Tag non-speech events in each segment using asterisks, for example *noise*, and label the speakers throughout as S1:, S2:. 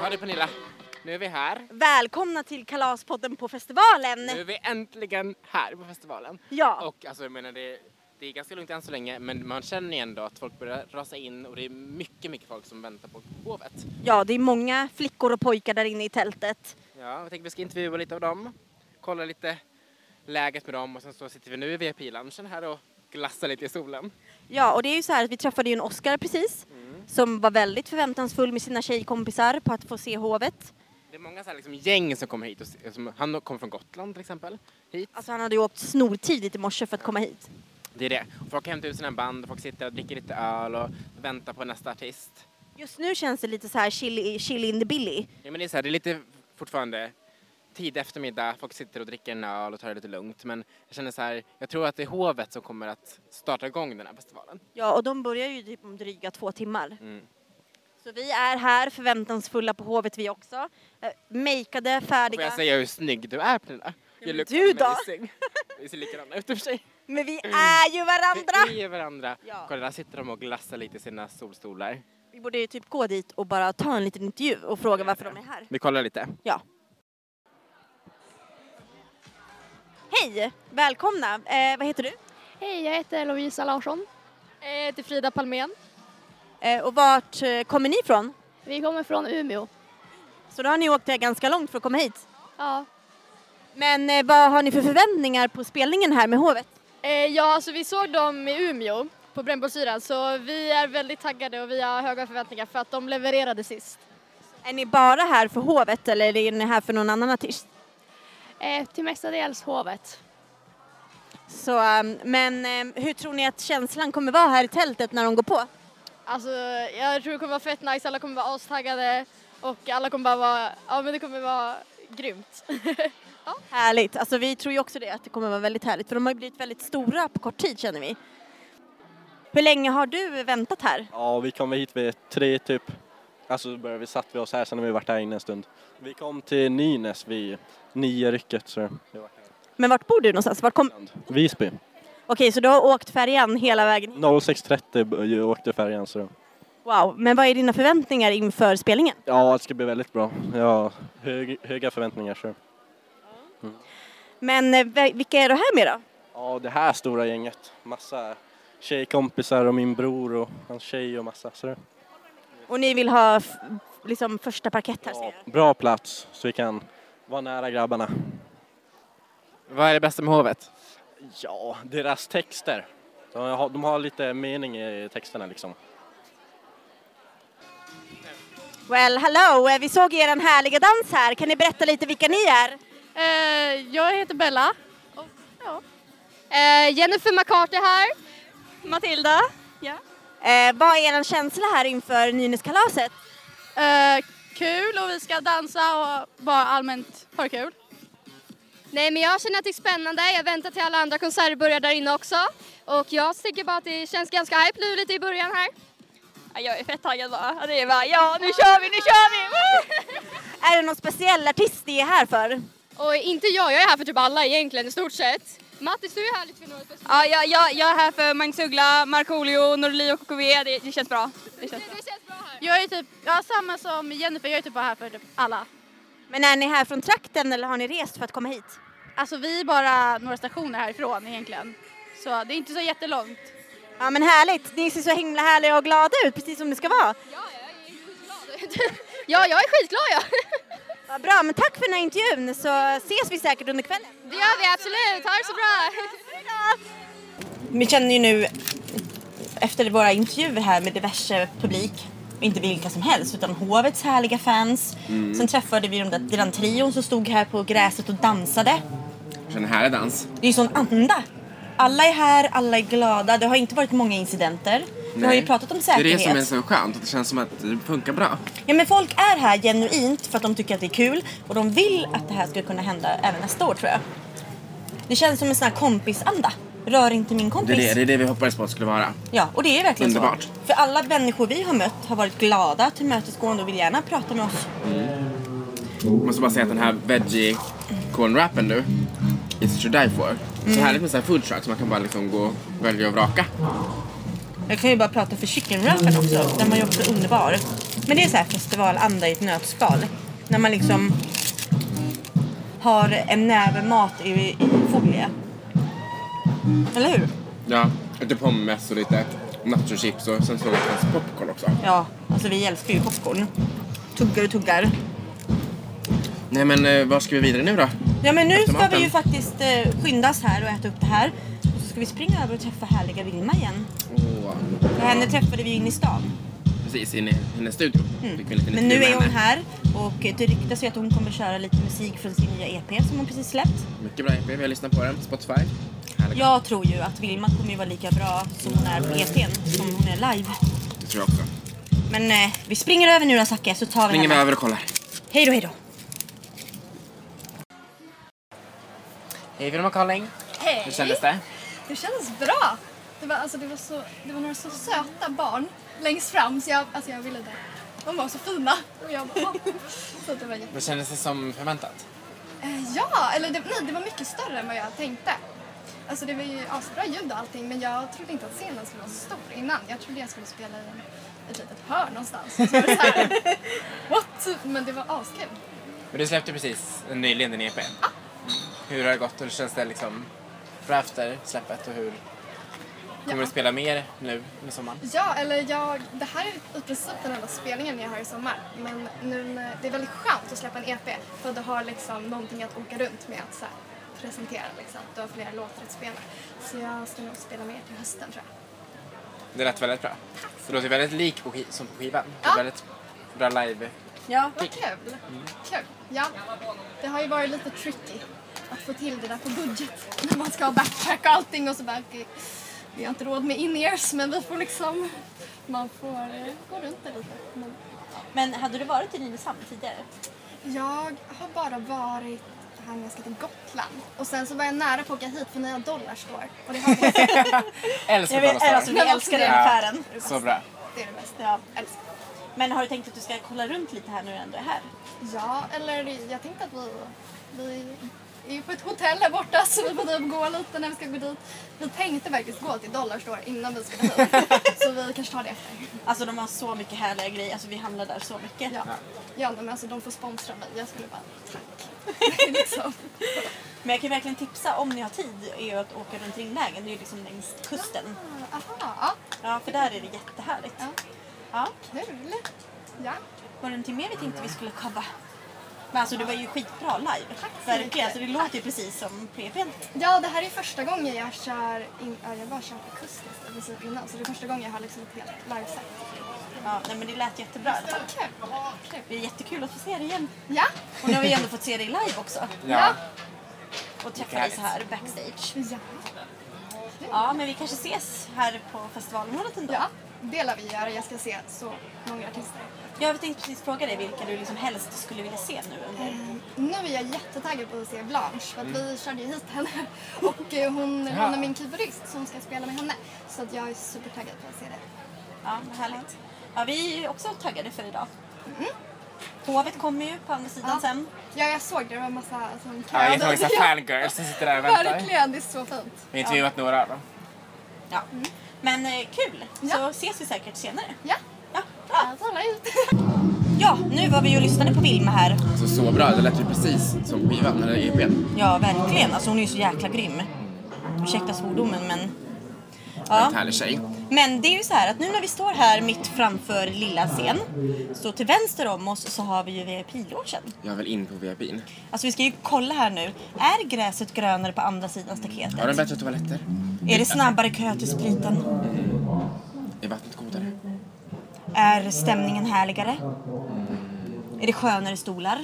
S1: Ja du Pernilla, nu är vi här.
S2: Välkomna till Kalaspodden på festivalen!
S1: Nu är vi äntligen här på festivalen.
S2: Ja,
S1: Och alltså jag menar det, det är ganska lugnt än så länge men man känner ju ändå att folk börjar rasa in och det är mycket, mycket folk som väntar på hovet.
S2: ja, det är många flickor och pojkar där inne i tältet.
S1: Ja, jag tänkte vi ska intervjua lite av dem, kolla lite läget med dem och sen så sitter vi nu i VIP-lunchen här och glassar lite i solen.
S2: Ja, och det är ju så här att vi träffade ju en Oscar precis
S1: Mm.
S2: som var väldigt förväntansfull med sina tjejkompisar på att få se hovet.
S1: Det är många så här liksom gäng som kommer hit. Och, se- som, han kommer från Gotland till exempel. Hit.
S2: Alltså han hade ju åkt snortidigt i morse för att komma hit.
S1: Det är det. Och Folk hämtar ut sina band, och folk sitter och dricker lite öl och väntar på nästa artist.
S2: Just nu känns det lite så här chill, chill in the billy.
S1: Ja, men det, är så här, det är lite fortfarande tid eftermiddag, folk sitter och dricker en öl och tar det lite lugnt. Men jag känner så här, jag tror att det är hovet som kommer att starta igång den här festivalen.
S2: Ja, och de börjar ju typ om dryga två timmar.
S1: Mm.
S2: Så vi är här förväntansfulla på hovet vi också. Eh, Makeade,
S1: Får
S2: färdiga.
S1: jag säga hur snygg du är Pernilla?
S2: men
S1: look
S2: du då? *laughs*
S1: amazing. Vi ser likadana ut i och för sig.
S2: Men vi är ju varandra!
S1: Vi är varandra.
S2: Ja.
S1: Kolla, där sitter de och glassar lite i sina solstolar.
S2: Vi borde ju typ gå dit och bara ta en liten intervju och fråga varför de är här.
S1: Vi kollar lite.
S2: Ja. Hej! Välkomna! Eh, vad heter du?
S3: Hej, jag heter Lovisa Larsson. Jag heter Frida Palmén.
S2: Eh, och vart eh, kommer ni ifrån?
S3: Vi kommer från Umeå.
S2: Så då har ni åkt eh, ganska långt för att komma hit.
S3: Ja.
S2: Men eh, vad har ni för förväntningar på spelningen här med Hovet?
S4: Eh, ja, alltså vi såg dem i Umeå på Brännbollsyran så vi är väldigt taggade och vi har höga förväntningar för att de levererade sist.
S2: Är ni bara här för Hovet eller är ni här för någon annan artist?
S3: Eh, till mestadels hovet.
S2: Så, eh, men eh, hur tror ni att känslan kommer vara här i tältet när de går på?
S4: Alltså jag tror det kommer vara fett nice, alla kommer vara astaggade och alla kommer bara vara, ja men det kommer vara grymt.
S2: Härligt! Alltså vi tror ju också det, att det kommer vara väldigt härligt för de har ju blivit väldigt stora på kort tid känner vi. Hur länge har du väntat här?
S5: Ja, vi kom hit vid tre typ. Alltså då började vi, satt vi oss här, sen har vi varit här inne en stund. Vi kom till Nynäs vid nio rycket. Så vi har varit här i
S2: Men vart bor du någonstans? Vart kom...
S5: land. Visby.
S2: Okej, så du har åkt färjan hela vägen hit.
S5: 06.30 b- åkte färjan så
S2: Wow, men vad är dina förväntningar inför spelningen?
S5: ja, det ska bli väldigt bra. Ja, hög, höga förväntningar så.
S2: Men eh, ve- vilka är du här med då?
S5: Ja, det här stora gänget. Massa tjejkompisar och min bror och hans tjej och massa. Så
S2: Och ni vill ha f- liksom första parkett här ser
S5: ja,
S2: jag.
S5: bra plats så vi kan vara nära grabbarna.
S1: Vad är det bästa med hovet?
S5: Ja, deras texter. De har, de har lite mening i texterna liksom.
S2: Well, hello! Eh, Vi såg er härliga dans här. Kan ni berätta lite vilka ni är?
S4: Eh, jag heter Bella. Och, ja. eh, Jennifer McCarthy här. Matilda. Ja.
S2: Eh, vad är er känsla här inför Nynäskalaset?
S4: Eh, kul och vi ska dansa och bara allmänt ha det kul. Nej men jag känner att det är spännande. Jag väntar till alla andra konserter börjar där inne också. Och jag tycker bara att det känns ganska hype nu lite i början här. Jag är fett taggad bara. Det är bara ja nu kör vi, nu kör vi!
S2: Är det någon speciell artist ni är här för?
S4: *laughs* Och inte jag, jag är här för typ alla egentligen i stort sett. Mattis du är här lite för något speciellt. Ja jag, jag, är här för Magnus Uggla, Markoolio, Norli och KKV. Det, känns bra. Det känns, bra här.
S6: Jag är typ, ja samma som Jennifer, jag är typ bara här för typ alla.
S2: Men är ni här från trakten eller har ni rest för att komma hit?
S6: Alltså vi är bara några stationer härifrån egentligen. Så det är inte så jättelångt.
S2: Ja men härligt, ni ser så himla härliga och glada ut precis som ni ska vara.
S4: Ja jag är skitglad
S6: *laughs*
S4: jag.
S2: Vad bra, men tack för den här intervjun så ses vi säkert under kvällen.
S4: Det gör vi absolut, ha det så bra!
S2: Vi känner ju nu efter våra intervjuer här med diverse publik inte vilka som helst utan hovets härliga fans. Sen träffade vi de där, den trion som stod här på gräset och dansade.
S1: Den här är dans.
S2: Det är ju sån anda. Alla är här, alla är glada. Det har inte varit många incidenter. Vi har ju pratat om säkerhet.
S1: så skönt, att det känns som att det funkar bra.
S2: Ja men folk är här genuint för att de tycker att det är kul och de vill att det här ska kunna hända även nästa år tror jag. Det känns som en sån här kompisanda. Rör inte min
S1: Det
S2: kompis.
S1: är det, det, är det vi hoppades på att det skulle vara.
S2: Ja, och det är verkligen
S1: Underbart.
S2: så. För alla människor vi har mött har varit glada, tillmötesgående och vill gärna prata med oss.
S1: Jag måste bara säga att den här veggie corn wrappen nu is to die for. Så härligt med så här food trucks, man kan bara liksom gå och välja och vraka.
S2: Jag kan ju bara prata för chicken wrapen också. Den var ju också underbar. Men det är så här festivalanda i ett nötskal. När man liksom har en näve mat i, i folie. Eller hur?
S1: Ja, lite pommes och lite nachochips och sen så lite popcorn också.
S2: Ja, alltså vi älskar ju popcorn. Tuggar och tuggar.
S1: Nej men eh, vad ska vi vidare nu då?
S2: Ja men nu
S1: Efter
S2: ska vi
S1: maten.
S2: ju faktiskt eh, skyndas här och äta upp det här. Och så ska vi springa över och träffa härliga Vilma igen.
S1: Åh,
S2: För henne träffade vi ju inne i stan.
S1: precis, in i hennes studio. Mm. Fick vi en liten
S2: Mm. Men nu
S1: intervju
S2: är
S1: med
S2: hon
S1: henne.
S2: här och eh, det ryktas ju att hon kommer köra lite musik från sin nya EP som hon precis släppt.
S1: Mycket bra EP, vi har lyssnat på den. Spotify. Härligt.
S2: Jag tror ju att Vilma kommer ju vara lika bra som hon är på EPn som hon är live.
S1: Det tror jag också.
S2: Men eh, vi springer över nu då Zacke så tar vi
S1: Ringer vi
S2: henne.
S1: över och kollar.
S2: Hej då, hej då.
S1: Hej Vilma Carling.
S7: Hej!
S1: Hur kändes det?
S7: Det kändes bra. Det var, alltså, det var, så, det var några så söta barn längst fram så jag, alltså, jag ville det. De var så fina. Och jag bara, åh. så att det var, jätte-
S1: Vad kändes det som förväntat?
S7: eh, ja, eller det, nej, det var mycket större än vad jag tänkte. Alltså det var ju asbra ljud och allting men jag trodde inte att scenen skulle vara så stor innan. Jag trodde jag skulle spela i en, ett litet hörn någonstans. Och Så var det så här, *laughs* what? Men det var askul.
S1: Men du släppte precis nyligen din EP. Hur har det gått och hur känns det liksom för efter släppet och hur Kommer
S7: Ja.
S1: du spela mer nu under sommaren?
S7: Ja, eller jag, det här är i princip den enda spelningen jag har i sommar. Men nu, när- det är väldigt skönt att släppa en EP för du har liksom någonting att åka runt med att så här, presentera. Liksom. Du har flera låtar att spela. Så jag ska nog spela mer till hösten tror jag.
S1: Det lät väldigt bra. Det låter väldigt lik på sk- som på skivan. Det är
S7: Ja.
S1: Väldigt bra live.
S2: Ja.
S7: Vad kul! Kul! Ja, det har ju varit lite tricky att få till det där på budget *laughs* när man ska ha backpack och allting och så bara okej, vi har inte råd med in-ears men vi får liksom, man får eh, gå runt det lite. Men,
S2: Men hade du varit i Nynäshamn tidigare?
S7: Jag har bara varit här när jag ska till Gotland. Och sen så var jag nära på att åka hit för Nya Dollars går. Och det har jag inte.
S1: Älskar
S2: Jag vet, alltså,
S1: Dollarstore.
S2: vi
S7: Nej, men
S2: älskar
S7: det-
S2: den affären.
S1: Så bra.
S7: Det är det bästa.
S2: Ja.
S7: Älskar.
S2: Men har du tänkt att du ska kolla runt lite här nu när du ändå är här?
S7: Ja, eller jag tänkte att vi... Vi är ju på ett hotell här borta så vi får typ gå lite när vi ska gå dit. Vi tänkte faktiskt gå till Dollarstore innan vi skulle hit. Så vi kanske tar det efter.
S2: Alltså de har så mycket härliga grejer, alltså vi handlar där så mycket.
S7: Ja, ja men alltså de får sponsra mig. Jag skulle bara, tack. *laughs* liksom.
S2: Men jag kan verkligen tipsa om ni har tid är ju att åka runt Ringvägen, det är ju liksom längs kusten.
S7: Aha, ja,
S2: Ja, för där är det jättehärligt.
S7: Ja.
S2: Ja.
S7: kul. Ja,
S2: Var det någonting mer vi tänkte vi skulle covera? Men alltså det var ju skitbra live.
S7: Tack så mycket.
S2: Verkligen, alltså det låter ju precis som PPn.
S7: Ja, det här är första gången jag kör, in, ja, jag har bara kört akustiskt i princip innan, så det är första gången jag har liksom ett helt liveset.
S2: Ja, nej men det lät jättebra i alla fall.
S7: Kul! Kul.
S2: Det är jättekul att få se dig igen.
S7: Ja,
S2: Och nu har vi ändå fått se dig live också.
S1: Ja.
S2: Och träffa dig så här backstage.
S7: ja.
S2: Ja, men vi kanske ses här på festivalområdet ändå.
S7: ja, det lär vi göra. Jag ska se så många artister.
S2: Jag tänkte precis fråga dig vilka du liksom helst skulle vilja se nu under...
S7: Ehm, Nu är jag jättetaggad på att se Blanche för att
S1: Mm.
S7: vi körde ju hit henne och eh, hon, hon är min keyboardist som ska spela med henne. Så att jag är supertaggad på att se det.
S2: Ja, vad härligt. Ja, vi är också taggade för idag. Hovet kommer ju på andra sidan
S7: Mm. Ja.
S2: sen.
S7: Ja, jag såg det. Det var en massa alltså,
S1: Ja, jag
S7: köer.
S1: har massa fangirls som sitter
S7: *laughs*
S1: där och väntar. Vi
S7: Verkligen, det är så fint.
S1: har intervjuat några av dem.
S2: Ja. Men eh, kul! Så
S7: Mm. Ja.
S2: ses vi säkert senare.
S7: Ja,
S2: Ja, bra.
S7: jag talar ut.
S2: ja, nu var vi ju och lyssnade på Vilma här.
S1: Alltså så bra, det lät ju precis som skivan eller E EPn.
S2: Ja, verkligen. Alltså hon är ju så jäkla grym. Ursäkta svordomen, men...
S1: Ja.
S2: Ja.
S1: En härlig tjej.
S2: Men det är ju så här att nu när vi står här mitt framför lilla scen, så till vänster om oss så har vi ju VIP-logen.
S1: Jag vill in på VIPn.
S2: Alltså vi ska ju kolla här nu. Är gräset grönare på andra sidan staketet?
S1: Har de bättre toaletter?
S2: Är det snabbare kö till spriten?
S1: Är vattnet godare?
S2: Är stämningen härligare? Är det skönare stolar?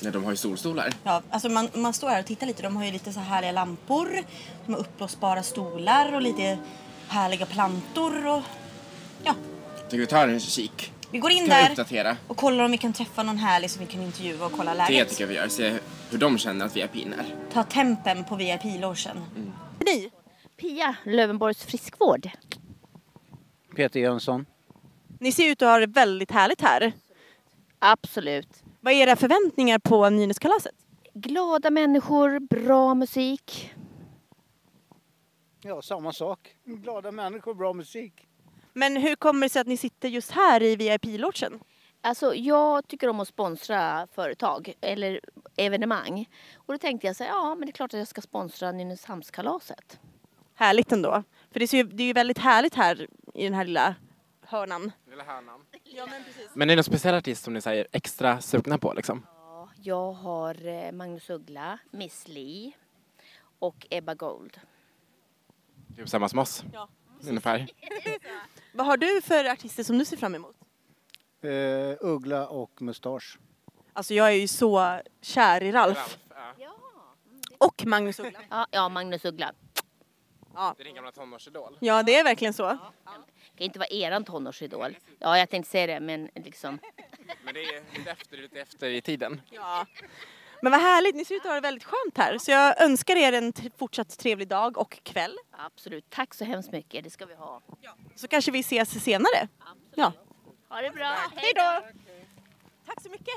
S1: Nej, de har ju solstolar.
S2: Ja, alltså man, man står här och tittar lite. De har ju lite så härliga lampor. De har uppblåsbara stolar och lite härliga plantor. Och... Ja,
S1: Tycker vi tar en kik.
S2: vi går in
S1: Kan vi
S2: där
S1: uppdatera?
S2: och kollar om vi kan träffa någon härlig som vi kan intervjua och kolla
S1: Det
S2: läget.
S1: tycker jag vi gör. Se hur de känner att VIPn är.
S2: Ta tempen på VIP-logen.
S1: Mm.
S2: Ni,
S8: Pia Lövenborgs friskvård.
S9: Peter Jönsson.
S2: ni ser ut att ha det väldigt härligt här.
S8: Absolut.
S2: Vad är era förväntningar på Nynäskalaset?
S8: Glada människor, bra musik.
S9: Ja, samma sak. Glada människor, bra musik.
S2: Men hur kommer det sig att ni sitter just här i VIP-logen?
S8: Alltså jag tycker om att sponsra företag eller evenemang. Och då tänkte jag så här, ja men det är klart att jag ska sponsra Nynäshamnskalaset.
S2: Härligt ändå. För det, ser ju, det är ju väldigt härligt här i den här lilla hörnan.
S1: Lilla hörnan. Men är det någon speciell artist som ni säger extra sugna på liksom?
S8: Ja, jag har eh, Magnus Uggla, Miss Li och Ebba Gold.
S1: Typ samma som oss?
S2: Ja.
S1: Ungefär.
S2: Vad har du för artister som du ser fram emot?
S9: Eh, Uggla och Mustasch.
S2: Alltså jag är ju så kär i Ralf. Och Magnus Uggla.
S8: Ja, ja Magnus Uggla.
S1: Det är din gamla tonårsidol.
S2: Ja, det är verkligen så.
S8: Det kan inte vara eran tonårsidol. Ja, jag tänkte säga det men liksom.
S1: Men det är lite efter, lite efter i tiden.
S2: Ja. Men vad härligt, ni ser ut att ha det väldigt skönt här. Så jag önskar er en tr- fortsatt trevlig dag och kväll.
S8: Absolut, tack så hemskt mycket. Det ska vi ha.
S2: Så kanske vi ses senare. Ja.
S8: Ha det bra.
S2: Hej då! Tack så mycket.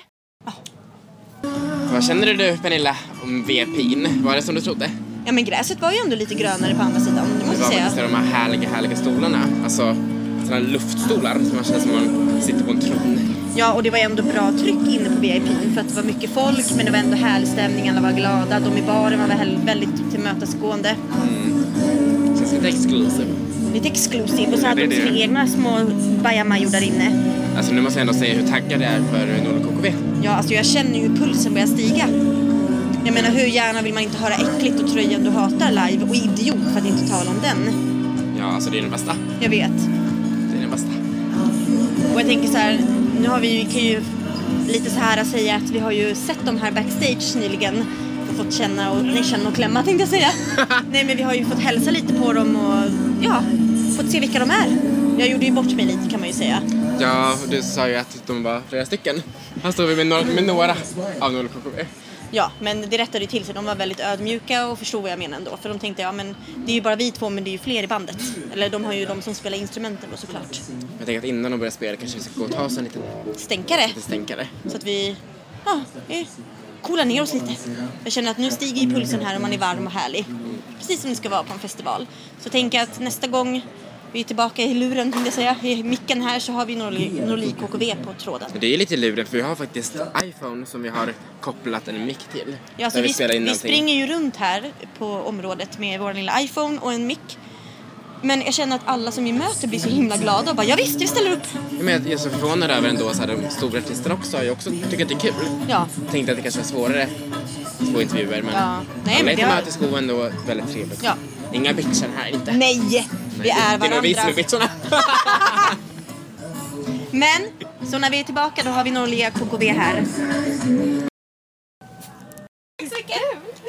S1: Vad känner du Pernilla om VP'n? Var det som du trodde?
S2: Ja men gräset var ju ändå lite grönare på andra sidan, det
S1: Det
S2: måste
S1: var
S2: jag
S1: faktiskt
S2: säga.
S1: de här härliga, härliga stolarna. Alltså sådana luftstolar som man känner som man sitter på en tron.
S2: Ja och det var ändå bra tryck inne på VIP för att det var mycket folk men det var ändå härlig stämning, alla var glada. De i baren var väl väldigt tillmötesgående.
S1: Känns lite exclusive.
S2: Lite exklusiv och så
S1: Ja,
S2: hade
S1: det är
S2: de sina
S1: det.
S2: egna små bajamajor där inne.
S1: Alltså nu måste jag ändå säga hur taggad jag är för Nolo KKV.
S2: Ja alltså jag känner ju hur pulsen börjar stiga. Jag menar hur gärna vill man inte höra äckligt och tröjan du hatar live och idiot för att inte tala om den.
S1: Ja, alltså det är den bästa.
S2: Jag vet.
S1: Det är den bästa.
S2: Och jag tänker så här, nu har vi ju, kan ju lite så här säga att vi har ju sett dem här backstage nyligen och fått känna och, nej, känna och klämma tänkte jag säga. nej men vi har ju fått hälsa lite på dem och ja, fått se vilka de är. Jag gjorde ju bort mig lite kan man ju säga.
S1: Ja, du sa ju att de var flera stycken. Här står vi med, några- med några av Nolo KKV.
S2: Ja, men det rättade ju till sig. De var väldigt ödmjuka och förstod vad jag menade ändå. För de tänkte, ja men det är ju bara vi två men det är ju fler i bandet. Eller de har ju de som spelar instrumenten då såklart.
S1: Jag tänker att innan de börjar spela kanske vi ska gå och ta oss en liten
S2: Stänkare.
S1: liten stänkare.
S2: Så att vi, ja, vi coolar ner oss lite. Jag känner att nu stiger ju pulsen här och man är varm och härlig. Precis som det ska vara på en festival. Så tänk att nästa gång vi är tillbaka i luren, tänkte jag säga, i micken här så har vi Norli Norli KKV på tråden.
S1: Men det är lite luren för vi har faktiskt iPhone som vi har kopplat en mick till.
S2: Ja, så
S1: Där
S2: vi, sp- vi
S1: någonting.
S2: springer ju runt här på området med vår lilla iPhone och en mick. Men jag känner att alla som vi möter blir så himla glada och bara ja visst, vi ställer upp.
S1: Ja, Men jag är så förvånad över ändå så här, de stora artisterna också har ju också tycker att det är kul.
S2: Ja,
S1: Tänkte att det kanske var svårare två intervjuer men
S2: Ja. Nej,
S1: alla
S2: men
S1: i
S2: det var-
S1: Tomatisgo ändå väldigt trevligt.
S2: Ja.
S1: Inga bitchar här inte.
S2: nej, vi är
S1: Det är nog vi som är
S2: varandra.
S1: bitcharna.
S2: Men, så när vi är tillbaka då har vi Norli KKV här.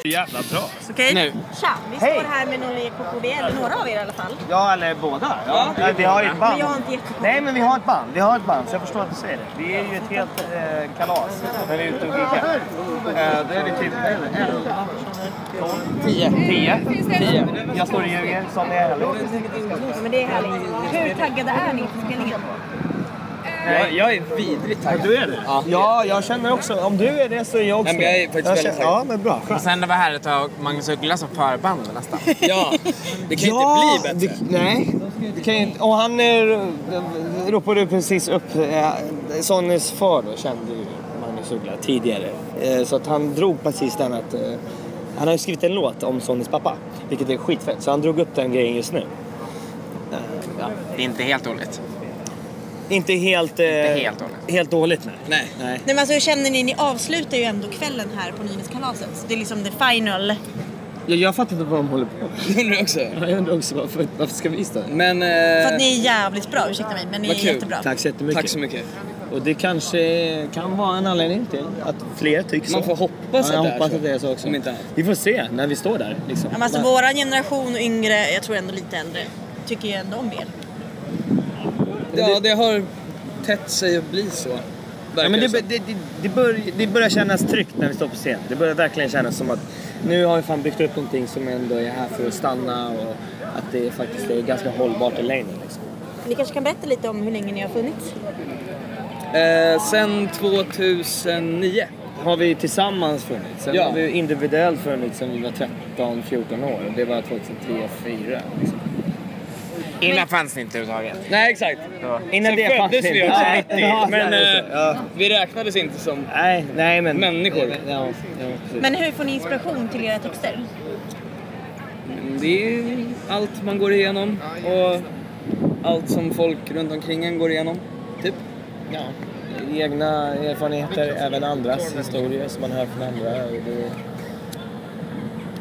S10: Jävla bra.
S2: Okej?
S1: Nu.
S2: Tja, vi står här med några i KKV, eller några av er i alla fall.
S10: Ja, eller båda. Ja, vi har ju ett
S2: Men
S10: band.
S2: jag har inte jättekoll.
S10: Nej, men vi har ett band. Vi har ett band, så jag förstår att du säger det. Vi är ju ett helt eh, kalas när vi är ute och giggar. Eh, då är vi typ 11, 12, 10. 10. 10. Jag står och ljuger. Sonja är heller.
S2: Men det är härligt. Hur taggade är ni inför spelningen?
S10: Nej, jag är vidrigt taggad. Du är det? Ja. ja, jag känner också. Om du är det så är jag också
S1: Nej, men jag är faktiskt väldigt taggad.
S10: Ja, men bra. Skönt.
S1: Sen det var härligt att ha Magnus Uggla som förband nästan.
S10: *laughs* Ja, det kan ja, inte bli bättre. nej. Det kan ju inte, och han är, ropade precis upp eh, Sonnys far då, kände ju Magnus Uggla tidigare. Eh, så att han drog precis den att eh, han har ju skrivit en låt om Sonnys pappa, vilket är skitfett. Så han drog upp den grejen just nu. Eh, ja.
S1: Det är inte helt dåligt.
S10: Inte helt, eh,
S1: helt dåligt.
S10: helt dåligt nej.
S1: Nej.
S10: nej.
S2: Nej men alltså hur känner ni? Ni avslutar ju ändå kvällen här på Nynäskalaset. Det är liksom the final.
S10: Jag, jag fattar inte vad de håller på med.
S1: Det undrar jag också.
S10: Jag *laughs* undrar också varför, varför ska vi stanna?
S1: Men...
S2: För att ni är jävligt bra, ursäkta mig, men ni är
S1: vad kul.
S2: jättebra.
S10: Tack så jättemycket.
S1: mycket.
S10: Och det kanske kan vara en anledning till att fler tycker så.
S1: Man får hoppas
S10: ja,
S1: att det
S10: jag
S1: är
S10: hoppas
S1: så.
S10: att det är så också.
S1: Om inte annat.
S10: Vi får se när vi står där. Liksom.
S2: Ja, men alltså våran generation och yngre, jag tror ändå lite äldre, tycker ju ändå om er.
S1: Ja, det har tätt sig att bli så.
S10: ja, men det, det, det, det, bör, det börjar kännas tryggt när vi står på scen. Det börjar verkligen kännas som att nu har vi fan byggt upp någonting som ändå är här för att stanna och att det faktiskt är ganska hållbart i längden. Liksom.
S2: Ni kanske kan berätta lite om hur länge ni har funnits?
S1: Eh, sen 2009.
S10: Har vi tillsammans funnits? Sen
S1: Ja.
S10: har vi ju individuellt funnits sen vi var 13-14 år. Det var 2003-2004. Liksom.
S11: Innan fanns det inte överhuvudtaget.
S10: Nej, exakt.
S11: Sen
S10: Innan det fanns
S11: föddes
S10: det
S11: vi
S10: inte.
S11: också
S10: Nej.
S11: 90,
S10: Ja,
S11: men
S10: nej,
S11: eh, vi räknades inte som
S10: nej, nej, men,
S11: människor.
S10: Ja,
S2: Men hur får ni inspiration till era texter?
S11: Det är allt man går igenom och allt som folk runt omkring en går igenom. Typ.
S10: Ja. Egna erfarenheter, även andras historier som man hör från andra. och Det...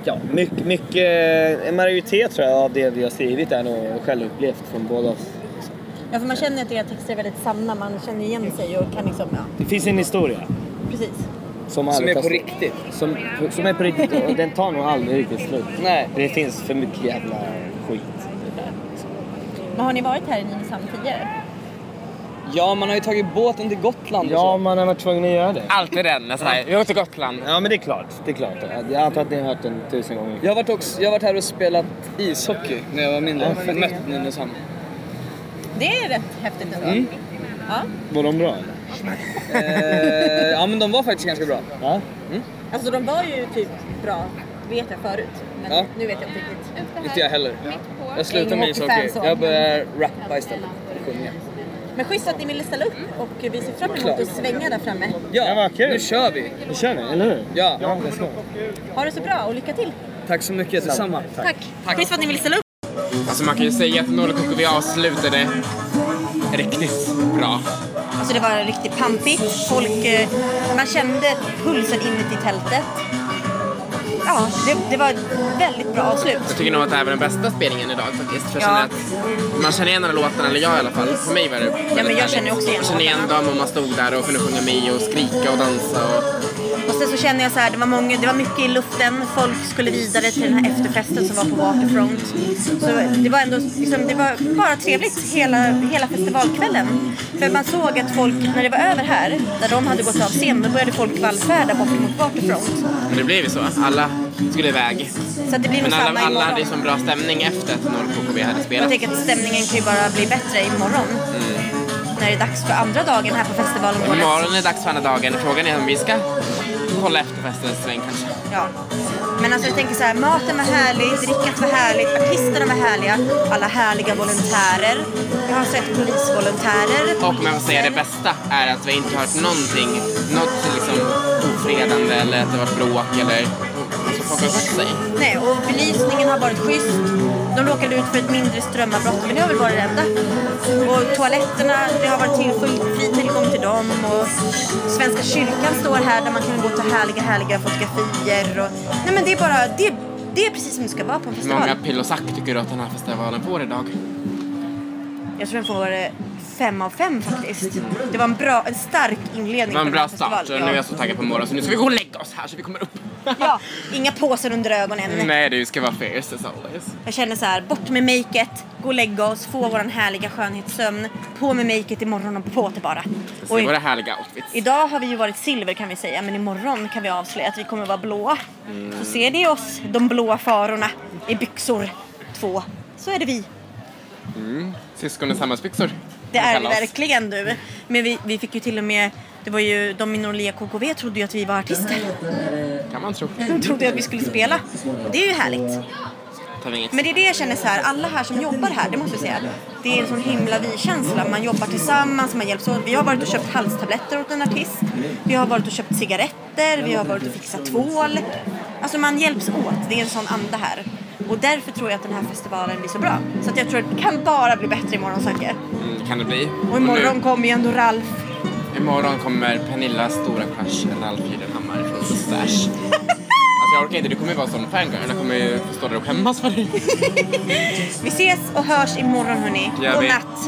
S10: Ja, mycket, mycket, en majoritet tror jag av det vi har skrivit är nog självupplevt från båda oss.
S2: Ja, för man känner att era texter är väldigt sanna, man känner igen sig och kan liksom, ja,
S10: Det finns en historia.
S2: precis.
S10: Som,
S11: Som
S10: aldrig
S11: är
S10: tar
S11: på
S10: slut.
S11: riktigt.
S10: Som, som är på riktigt och den tar nog aldrig riktigt slut. Nej. Det finns för mycket jävla skit.
S2: Men har ni varit här i Nynäshamn tidigare?
S11: Ja, man har ju tagit båten till Gotland och
S10: Ja, man har varit tvungen att göra det.
S11: Alltid den. Nästan. Vi åkte till Gotland.
S10: Ja, men det är klart. Det är klart. Jag antar att ni har hört den tusen gånger.
S11: Jag har, varit också, jag har varit här och spelat ishockey när jag var mindre.
S10: Ja,
S11: Ja,
S10: fan.
S11: Mött Nynäshamn.
S2: Det är rätt häftigt ändå.
S11: Mm.
S2: Ja.
S10: Var de bra?
S11: Eh, ja, men de var faktiskt ganska bra.
S10: Ja.
S2: Alltså de var ju typ bra, vet jag förut. Men
S11: Ja.
S2: nu vet jag inte riktigt.
S11: Inte jag heller. Jag slutade med ishockey.
S2: Hockeyfans och-
S11: Jag började rappa istället och sjunga.
S2: Men schysst att ni ville ställa upp och vi ser fram emot
S11: Klart.
S2: att svänga där framme.
S11: Ja, nu kör vi!
S10: Nu kör vi, eller hur?
S11: Ja.
S2: Ha det så bra och lycka till!
S11: Tack så mycket, detsamma.
S2: Tack. Schysst för att ni ville ställa upp!
S1: Alltså man kan ju säga att Nordic KKV avslutade riktigt bra.
S2: Alltså det var riktigt pampigt. Folk, eh, man kände pulsen inuti tältet. Ja, det, det var ett väldigt bra avslut.
S1: Jag tycker nog att det här var den bästa spelningen idag faktiskt. För jag
S2: Ja.
S1: känner att man känner igen alla låtarna, eller jag i alla fall. För mig var det väldigt
S2: men jag
S1: härligt.
S2: känner också igen
S1: Man känner igen dem och man stod där och kunde sjunga med och skrika och dansa. Och...
S2: Och sen så kände jag så här, det var, många, det var mycket i luften. Folk skulle vidare till den här efterfesten som var på Waterfront. Så det var ändå liksom, det var bara trevligt hela, hela festivalkvällen. För man såg att folk, när det var över här, när de hade gått av scenen, då började folk vallfärda bort mot Waterfront.
S1: Men det blev ju så. Alla skulle iväg.
S2: Så att det blir
S1: Men
S2: nog
S1: alla,
S2: samma
S1: alla liksom-
S2: imorgon.
S1: hade ju sån bra stämning efter att Nordic KKV hade
S2: Jag
S1: spelat.
S2: tänker att stämningen kan ju bara bli bättre imorgon. När det är dags för andra dagen här på festivalområdet.
S1: Imorgon är det dags för andra dagen. Frågan är om vi ska kolla efter festen en sväng kanske.
S2: Ja. Men alltså jag tänker så här, maten var härlig, drickat var härligt, artisterna var härliga, alla härliga volontärer. Jag har sett polisvolontärer.
S1: Och om jag får säga det bästa är att vi inte har hört någonting, något liksom ofredande eller att det varit bråk eller alltså folk har skött sig.
S2: Nej, och belysningen har varit schysst. De råkade ut för ett mindre strömavbrott, men det har väl varit det enda. Och toaletterna, det har varit till, fri tillgång till dem. Och Svenska kyrkan står här där man kan gå och ta härliga, härliga fotografier. Och... Nej men det är bara, det, det är precis som det ska vara på en
S1: Hur
S2: festival.
S1: många pill och sack tycker du att den här festivalen får idag?
S2: Jag tror den får eh, fem av fem faktiskt. Det var en bra, en stark inledning.
S1: Det var en
S2: på
S1: bra
S2: den här
S1: start och nu
S2: festivalen,
S1: är
S2: ja.
S1: jag så taggad på morgonen så nu ska vi gå och lägga oss här så vi kommer upp.
S2: Ja, inga påsar under ögonen.
S1: Nej du ska vara fierce as always.
S2: Jag känner så här, bort med makeet, gå och lägga oss, få våran härliga skönhetssömn, på med makeet imorgon och på det bara. Och
S1: Se
S2: i,
S1: våra härliga outfits.
S2: idag har vi ju varit silver kan vi säga, men imorgon kan vi avslöja att vi kommer vara blåa.
S1: Mm.
S2: Så ser ni oss, de blåa farorna, i byxor två, så är det vi.
S1: Mm. Syskon i samhällsbyxor.
S2: Det
S1: kan
S2: är vi
S1: kalla oss.
S2: verkligen du. Men vi, vi fick ju till och med, det var ju de i Norlia KKV trodde ju att vi var artister.
S1: Kan man tro.
S2: De trodde ju att vi skulle spela. Och det är ju härligt.
S1: Tar vi inget.
S2: Men det är det jag känner så här, alla här som jobbar här, det måste jag säga, det är en sån himla vi-känsla. Man jobbar tillsammans, man hjälps åt. Vi har varit och köpt halstabletter åt en artist. Vi har varit och köpt cigaretter, vi har varit och fixat tvål. Alltså man hjälps åt, det är en sån anda här. Och därför tror jag att den här festivalen blir så bra. Så att jag tror att det kan bara bli bättre imorgon säkert.
S1: Mm, kan det bli.
S2: Och imorgon kommer ju ändå Ralf.
S1: nu, imorgon kommer Pernillas stora crush Ralf Gyllenhammar från Mustasch.
S2: *laughs*
S1: alltså jag orkar inte, du kommer ju vara sån fangirl. Jag kommer ju stå där och skämmas för dig.
S2: Vi ses och hörs imorgon hörni.
S1: Det gör vi.
S2: Godnatt!